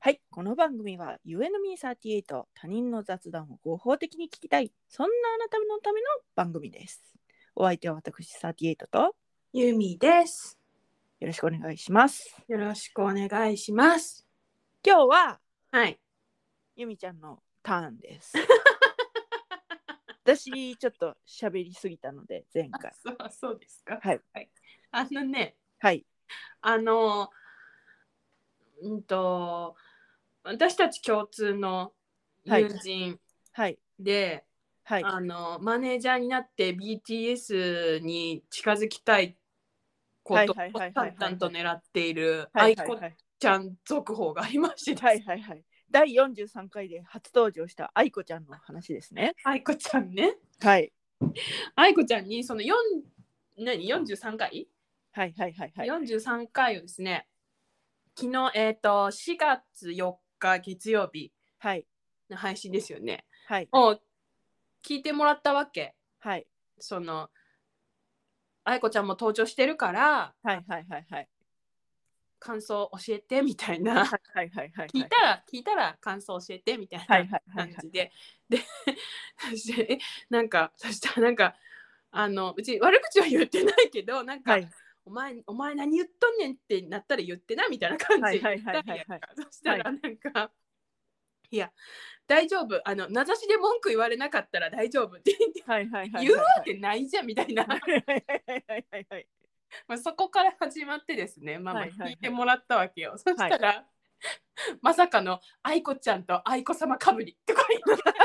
はい、この番組は You and me38 他人の雑談を合法的に聞きたいそんなあなたのための番組です。お相手は私38とよゆみです。ろしくお願いします。よろしくお願いします。今日ははい。ゆみちゃんのターン です。私ちょっと喋りすぎたので前回そうそうですか。はい。あのね、はいあの、うんと、私たち共通のはい友人はいで、はいあのマネージャーになって BTS に近づきたいこはいとをはいはいはいはい淡々と狙っているは愛いはい子はいちゃん続報がありまして、はいはいはい第43回で初登場した愛子ちゃんの話ですね。愛子ちゃんね。はい愛子ちゃんにその4何43回はいはいはいはい43回をですね昨日えっ、と4月4日月曜日はいの配信ですよねはいを聞いてもらったわけはいその愛子ちゃんも登場してるからはいはいはいはい感想教えてみたいなはいはいはい。聞いたら聞いたら感想教えてみたいはいなはいはいはい感じででそしてえなんかそしたらなんかあのうち悪口は言ってないけどなんか、はいお前お前何言っとんねんってなったら言ってなみたいな感じはいはいはいはいはい言ったんやんか そしたらなんか、い、や大丈夫あの名指しで文句言われなかったら大丈夫って言ってはいはいはい。言うわけないじゃんみたいな、はいはいはいはいはいはい。 まあ、そこから始まってですねママはいはいはい聞いてもらったわけよ、そしたら、まさかの愛子ちゃんと愛子様かぶりとか言って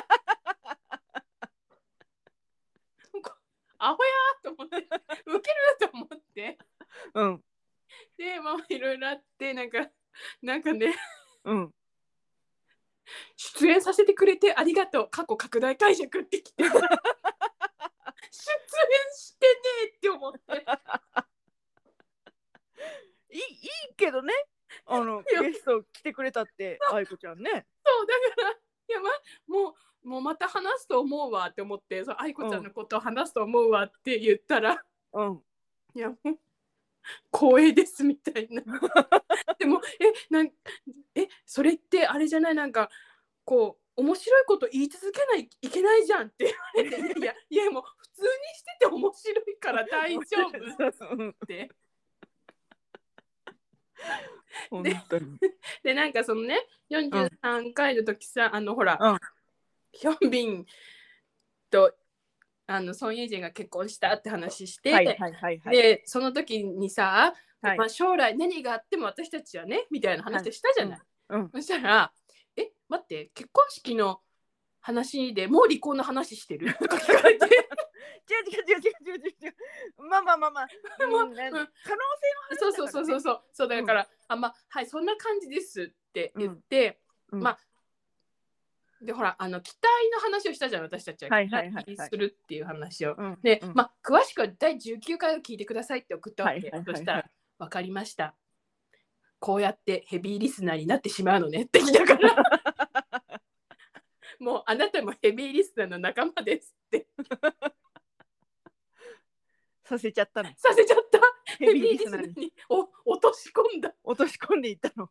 アホやーと思ってウケると思ってうんでまあいろいろあってなんかなんかねうん。出演させてくれてありがとう過去拡大解釈ってきて出演してねえって思っていいいいけどね。あのいいよゲスト来てくれたって愛子ちゃんね。そうだからいや、ま、もうもうまた話すと思うわって思ってそう愛子ちゃんのことを話すと思うわって言ったら、うん。いやもう光栄ですみたいなでもえなんえそれってあれじゃないなんかこう面白いこと言い続けないいけないじゃんって言われていやいやいやもう普通にしてて面白いから大丈夫っうんて本当に。でなんかそのね43回の時さ、あのほら、うんヒヒョンビンとあのソン・イェジェンが結婚したって話して、はいはいはいはい。でその時にさ、はいまあ、将来何があっても私たちはねみたいな話をしたじゃない、うんそしたら「え待って結婚式の話でもう離婚の話してる?」とか聞かれ違てう違う違う違う違う違う。まあまあまあまあ。うんねん可能そうそうそうそうそうそうだから、あまあはいそんな感じですって言って、うんうんまあでほらあの期待の話をしたじゃん私たちははいはいはいはい期待するっていう話を、性は。で、うんまあ詳しくは第19回を聞いてくださいって送ったわけ、はいはいはいはいそしたら「分かりましたこうやってヘビーリスナーになってしまうのね」って来たから もうあなたもヘビーリスナーの仲間ですってさせちゃったの。させちゃったヘヘビビーーリリススナナーにーにお落とし込んだ落とし込んでいった の。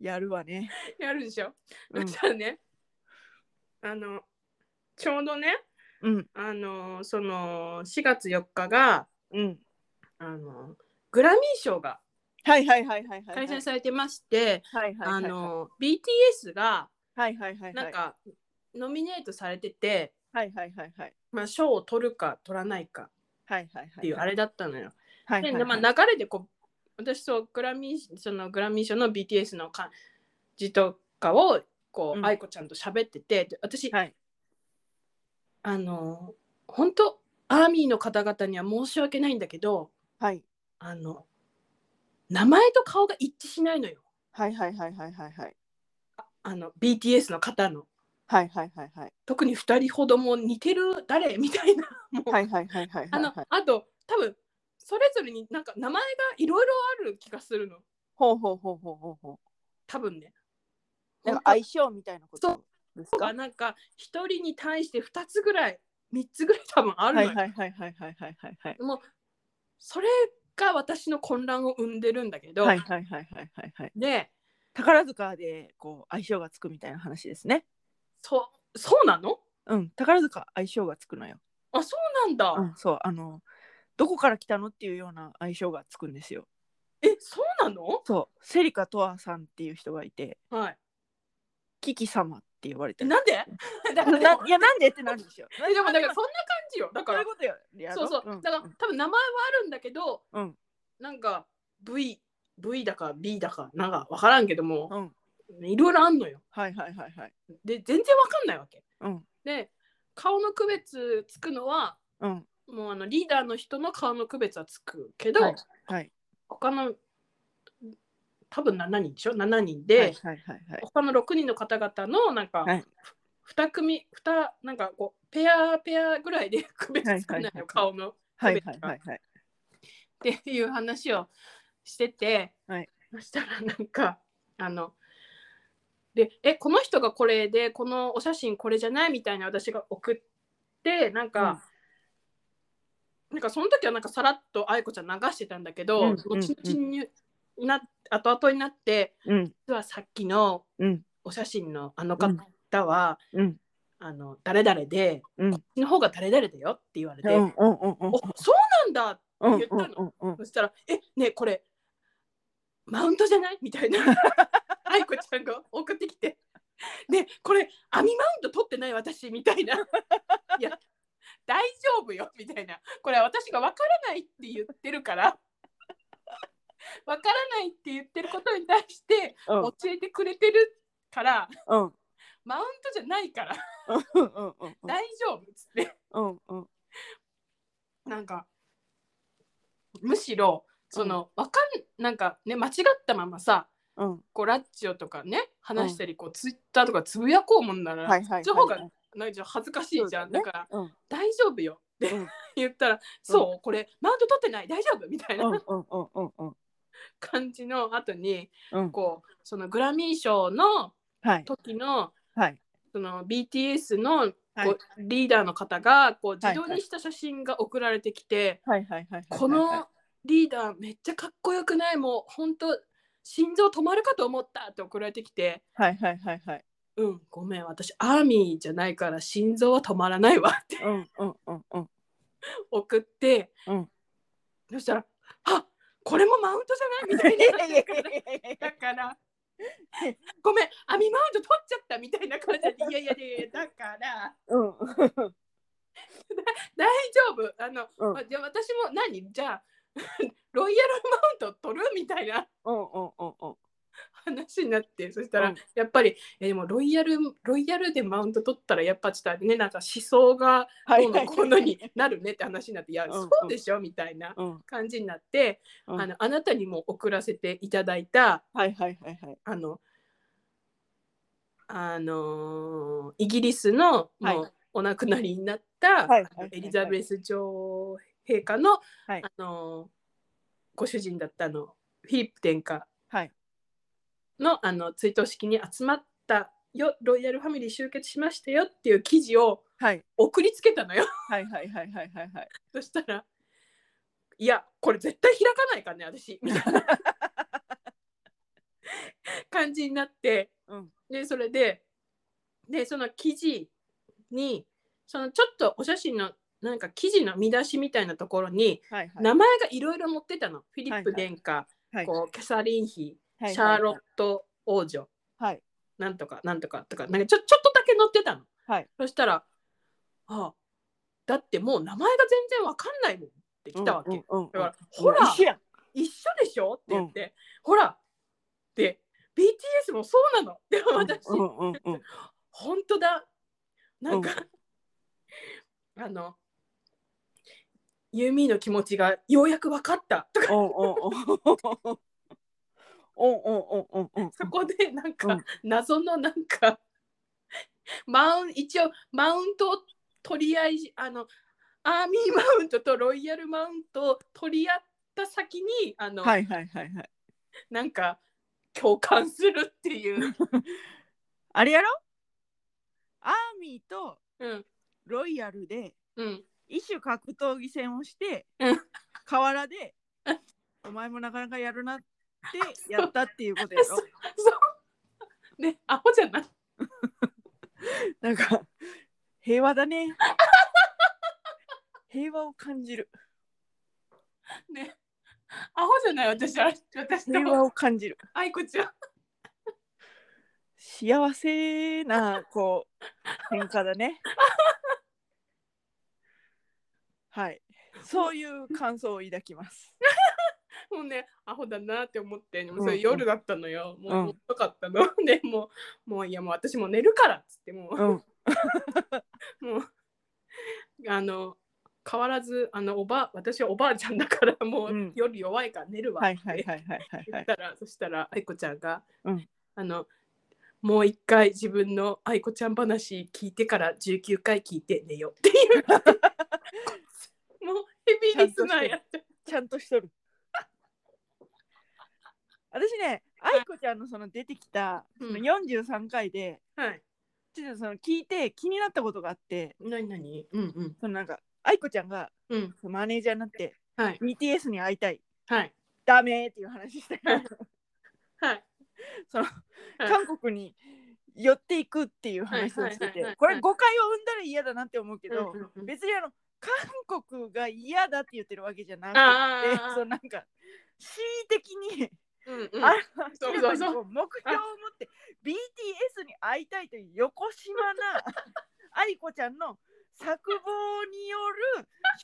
やるわね。やるでしょ、 うんそしたらねあのちょうどねうんあのその4月4日がうん。あのグラミー賞がはいはいはいはいはい。開催されてまして、はいはいはいはい。あはの BTS がいはいはいはい。なんかノミネートされてて、はいはいはいはい。まあ、賞を取るか取らないかっはいはいはい。ていうあれだったのよ。はいはいで、はい。まあ、流れでこう私そうグラミーそのグラミー賞の BTS の感じとかをこう、うん愛子ちゃんと喋っててで私、はいあの本当アーミーの方々には申し訳ないんだけどはいあの名前と顔が一致しないのよはいはいはいはいはいはいあの BTS の方の。はいはいはいはい特に2人ほども似てる誰みたいなもう、はいはいはいはいはいあの、はいあと多分それぞれになんか名前がいろいろある気がするのほうほうほうほうほうほう多分ねなんか本相性みたいなことです当かがなんか一人に対して2つぐらい3つぐらい多分あるはのいよ、はいはいはいはいはいはいはいもうそれ果私の混乱を生んでるんだけど、はいはいはいはいはいはい。で宝塚でこう相性がつくみたいな話ですね。そそうなのうん、宝塚相性がつくのよ。あそうなんだ、うん、そう、あの、どこから来たのっていうような相性がつくんですよ。えそうなのそう、セリカとわさんっていう人がいて、はキキ様って呼ばれている。なんで だからなないや、なんでってなるでしょ。えでもなんなかんそんな感じよだかそういらうことよ。やそろうそう、んだから多分名前はあるんだけど、うんなんか V V だか B だかなんか分からんけども、うん、いろいろあんのよはいはいはいはい。で全然分かんないわけうん、で顔の区別つくのはうん、もうあのリーダーの人の顔の区別はつくけど、はいはい。他の多分7人でしょ7人で、はいはいはいはい。他の6人の方々のなんか、はい2組2なんかこうペアペアぐらいで 区別つくなはいはいはいいよ顔のはいはいはいはい。っていう話をしてて、はいそしたらなんかあのでえこの人がこれでこのお写真これじゃないみたいな私が送ってなんか、なんかその時はなんかさらっと愛子ちゃん流してたんだけど、うんうん後々にな後々になってうん、実はさっきのうん、お写真のあの方は、うん、あの誰々で、うんこっちの方が誰々だよって言われうて、ん、うん、うん、うんお、そうなんだってうん、うん言ったの、うん、そしたら「えねえこれマウントじゃない?」み たいな愛子ちゃんが送ってきて「ねえこれ網マウント取ってない私」みた いな「いや大丈夫よ」みたいな「これは私が分からないって言って るから分からないって言ってることに対してうん、教えてくれてるからうん、マウントじゃないからうん、うん、うん、大丈夫」っつってうん、うん。なんかむしろその、わかんなんかね間違ったままさうん、こうラッチオとかね話したり、こうツイッターとかつぶやこうもんなら、はいはい。そっちの方がなんか恥ずかしいじゃん、そうだだねからうん、 「大丈夫よ」 って、うん言ったら「そうこれマウント取ってない大丈夫」みたいうん、なうん、うん、うん、うん、感じの後にうん、こうそのグラミー賞のはい、時のはい、その BTS のこう、はいリーダーの方がこうは自い撮りした写真が送られてきて、はい、はい、はい。このリーダーめっちゃかっこよくないもう本当心臓止まるかと思ったって送られてきてはい、はい、はい、はい。 「うんごめん私アーミーじゃないから心臓は止まらないわ」って うん、うん、うん、うん。送って、うんそしたら「あこれもマウントじゃない?」みたいなだから「ごめんアミマウント取っちゃった」みたいな感じで「いやいやいやいやだからうん、大丈夫あの、うんまじゃあ私も何じゃあ ロイヤルマウント取る?」みたいな。うん、うん、うん、うん。話になってそしたら、うんやっぱりえでもロイヤルロイヤルでマウント取ったらやっぱちょっとねなんか思想がはどい、うはのい。こうのに。なるねって話になって、いやんうんそうでしょみたいなうん、感じになって、うんあのあなたにも送らせていただいたはい、はい、はい、はい。あのあのーイギリスのはいもうお亡くなりになった、はいあのはいエリザベス女王陛下の、はいあのーご主人だったあのフィリップ殿下はいのあの追悼式に集まったよロイヤルファミリー集結しましたよっていう記事をはい、送りつけたのよはい、はい、はい、はい、はい、はい。 そしたら「いやこれ絶対開かないからね私」みたいな感じになってうん、でそれででその記事にそのちょっとお写真のなんか記事の見出しみたいなところにはい、はい。名前がいろいろ載ってたの、フィリップはいはい殿下、はいこうキャサリン妃、はいシャーロット王女、はい。なんとかなんとかとかなんかちょちょっとだけ載ってたの。はいそしたら「ああだってもう名前が全然わかんないもん」って来たわけ。うんうんうんうんだから「ほら一緒やん。一緒でしょ?」って言って「ほら」って「BTS もそうなの」で私うんうんうん本当だなんか、あのユーミーの気持ちがようやく分かったとかおんおんおんおんおんおんおんそこでなんか、うん謎のなんかマウン一応マウントを取り合いあのアーミーマウントとロイヤルマウントを取り合った先にあの、はいはいはいはいなんか共感するって いう、あれやろアーミーとうんロイヤルでうん、一種格闘技戦をしてうん 河原でお前もなかなかやるなってやったっていうことやろそうそうねアホじゃないなんか平和だね平和を感じるねアホじゃない私は私平和とを感じる愛子ちゃん幸せなこう変化だねはいそういう感想を抱きますもうねアホだなって思ってでもそうんうれん夜だったのよ、もううんもう遅かったの でもうもういやもう私もう寝るからっつってもう、うんもうあの変わらずあのおば私はおばあちゃんだからもう、うん夜弱いから寝るわはいってはいはいはいはいは言っいたら、そしたら愛子ちゃんが、うんあのもう一回自分の愛子ちゃん話聞いてから19回聞いて寝よう っていうもうヘビーリスナーやってちゃんとしとる私ね愛子ちゃんのその出てきたそのうん43回ではいちょっとその聞いて気になったことがあって何何うんうんそのなんか愛子ちゃんがうんマネージャーになってはい BTS に会いたいはいダメーっていう話したからはいそのはい韓国に寄っていくっていう話をしてはいはいはいはていこれ誤解を生んだら嫌だなって思うけどうんうんうん別にあの韓国が嫌だって言ってるわけじゃなあくて ーそのなんか恣意的にうんあうらそ明らうそうかにそこう目標を持って BTS に会いたいという横島な愛子ちゃんの策謀による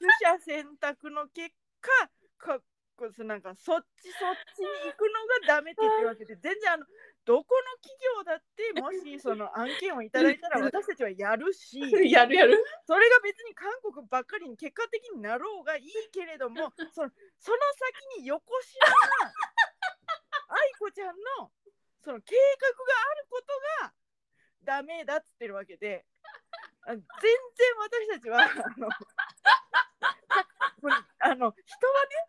取捨選択の結果かこうなんかそっちそっちに行くのがダメって言ってるわけで全然あのどこの企業だってもしその案件をいただいたら私たちはやるしん やるやるそれが別に韓国ばっかりに結果的になろうがいいけれどもそのその先に横島な愛子ちゃんのその計画があることがダメだっつってるわけであ全然私たちはあのこれあの人はね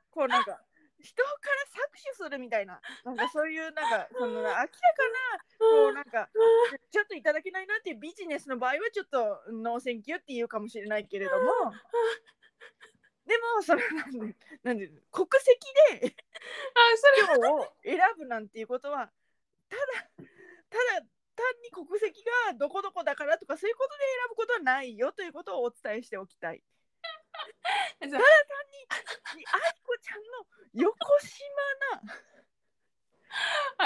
こうなんか人から搾取するみたいななんかそういうなんかその明らかなこうなんかちょっといただけないなっていうビジネスの場合はちょっとノーセンキューって言うかもしれないけれどもでもそのなんでなんで国籍であそれ今日を選ぶなんていうことはただただ単に国籍がどこどこだからとかそういうことで選ぶことはないよということをお伝えしておきたい。あただ単にじゃあ愛子ちゃんの横島な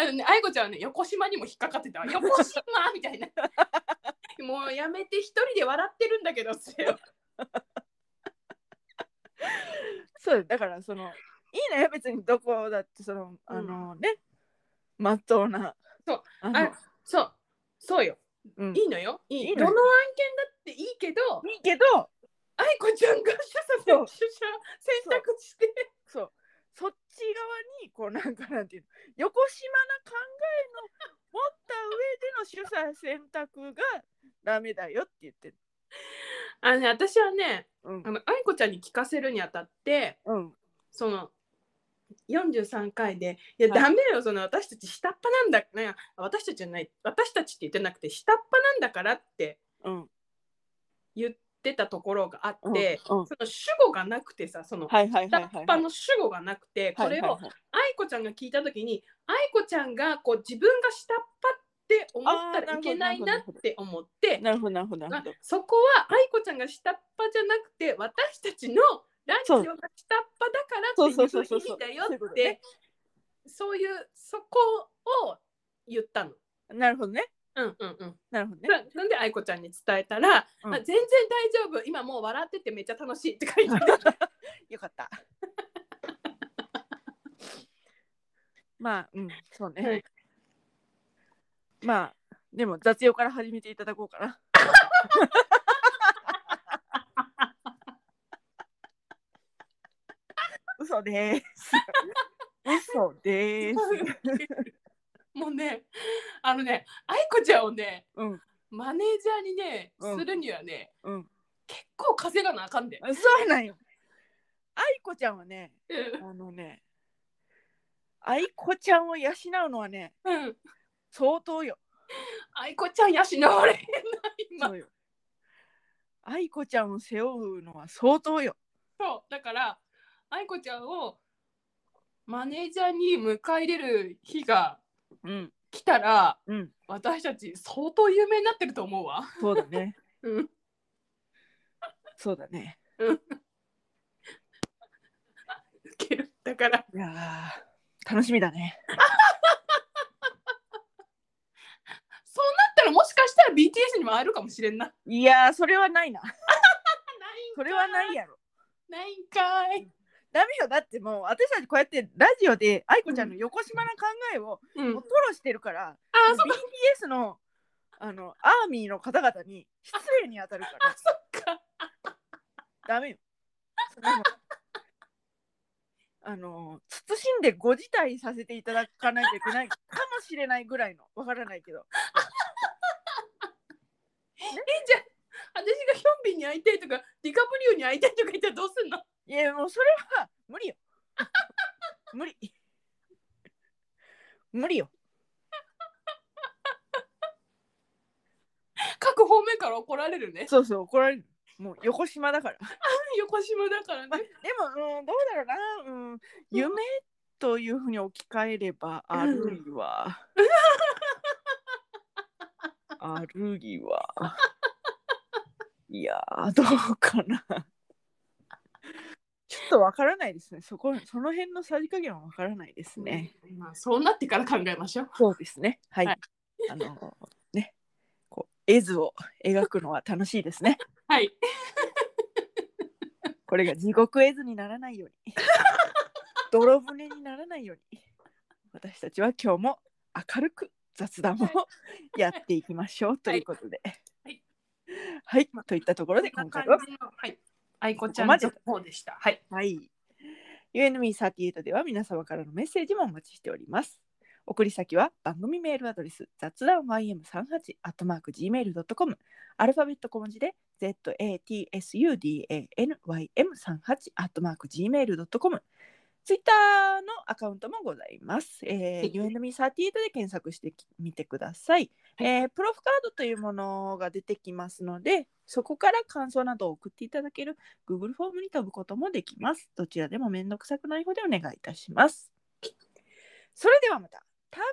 あのね、愛子ちゃんはね、横島にも引っか かってたわ。横島みたいな。 もうやめて、一人で笑ってるんだけど、それをそうだからそのいいのよ別にどこだってその、あのねまっとうなそうあのあそう、そうよ。うん、いいいのよ。いいいいのよどの案件だっていいけど、いけど愛子ちゃんが主そう者選選択して。そうそっち側にこうなんかなんていうの横島な考えの持った上での主催選択がダメだよって言ってる。あのね、私はね、うんあの愛子ちゃんに聞かせるにあたって、うんその、43回で「いやはいダメよその私たち下っ端なんだね私たちじゃない私たちって言ってなくて下っ端なんだから」ってうん言ってたところがあうっんて、うんその主語がなくてさそのはいはい下はいっはい端の主語がなくて、はいこれをはいはい愛子ちゃんが聞いた時に愛子ちゃんがこう自分が下っ端って思ったらいけないなって思ってなるほどなるほどなるあほどそこは愛子ちゃんが下っ端じゃなくて私たちのラジオが下っ端だからっていう意味だそうそようそうそうそういうこっとてねそういうそこを言ったの。なるほどねうんうんうんなるほどねななんで愛子ちゃんに伝えたら、うんあ全然大丈夫今もう笑っててめっちゃ楽しいって書いてあるよかった まあうんそうね、はいまあでも雑用から始めていただこうか な嘘 です嘘です もうねあのね愛子ちゃんをねうんマネージャーにねうんするにはね、うん結構稼がなあかんで、そうなんよ愛子ちゃんはねうあのね愛子ちゃんを養うのはねんうん、相当よ愛子ちゃん養われへんな 今そうよ。愛子ちゃんを背負うのは相当よ。そうだから愛子ちゃんをマネージャーに迎え入れる日がうん来たらうん私たち相当有名になってると思うわ。そうだねうん、そうだねウケるだからいやー楽しみだねそうなったらもしかしたら BTS にも会えるかもしれんな。ないやーそれはないなんそれはないやろないんかい。ダメよだってもう私たちこうやってラジオで愛子ちゃんの横島な考えをうん、もうあ吐露してるから、あ BTS のあのアーミーの方々に失礼に当たるからそっか。ダメよ。そんなのあの慎んでご辞退させていただかないといけないかもしれないぐらいのわからないけどえじゃあ私がヒョンビンに会いたいとかディカプリオに会いたいとか言ったらどうすんのいやもうそれは無理よ無理無理よ各方面から怒られるね。そうそう怒られるもう横島だから横島だからでね。も、うん、どうだろうな、うん、夢というふうに置き換えれば、あるいは。あるいは。 いやー、どうかな。ちょっとわからないですね。そこ、その辺のさじ加減はわからないですね。まあそうなってから考えましょう。そうですね。はい。はいあの、ね。こう、絵図を描くのは楽しいですね。はい。これが地獄絵図にならないよう に泥船にならないように私たちは今日も明るく雑談をはやっていきましょうということではい、はいといったところで今回は、はい。愛子ちゃんの方でした。はい。はい、UNME38 では皆様からのメッセージもお待ちしております送り先は番組メールアドレス雑談 ym38-gmail.com アルファベット小文字で zatsudanym38-gmail.com ツイッターのアカウントもございます。えー、UNME38 で検索してみてください、えープロフカードというものが出てきますので、そこから感想などを送っていただける Google フォームに飛ぶこともできます。どちらでも面倒くさくない方でお願いいたします。それではまた、多分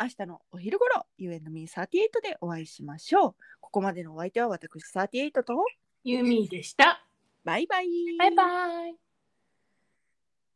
明日のお昼頃 UNME38 でお会いしましょう。ここまでのお相手は私38とユミでした。バイバイ。バイバイ。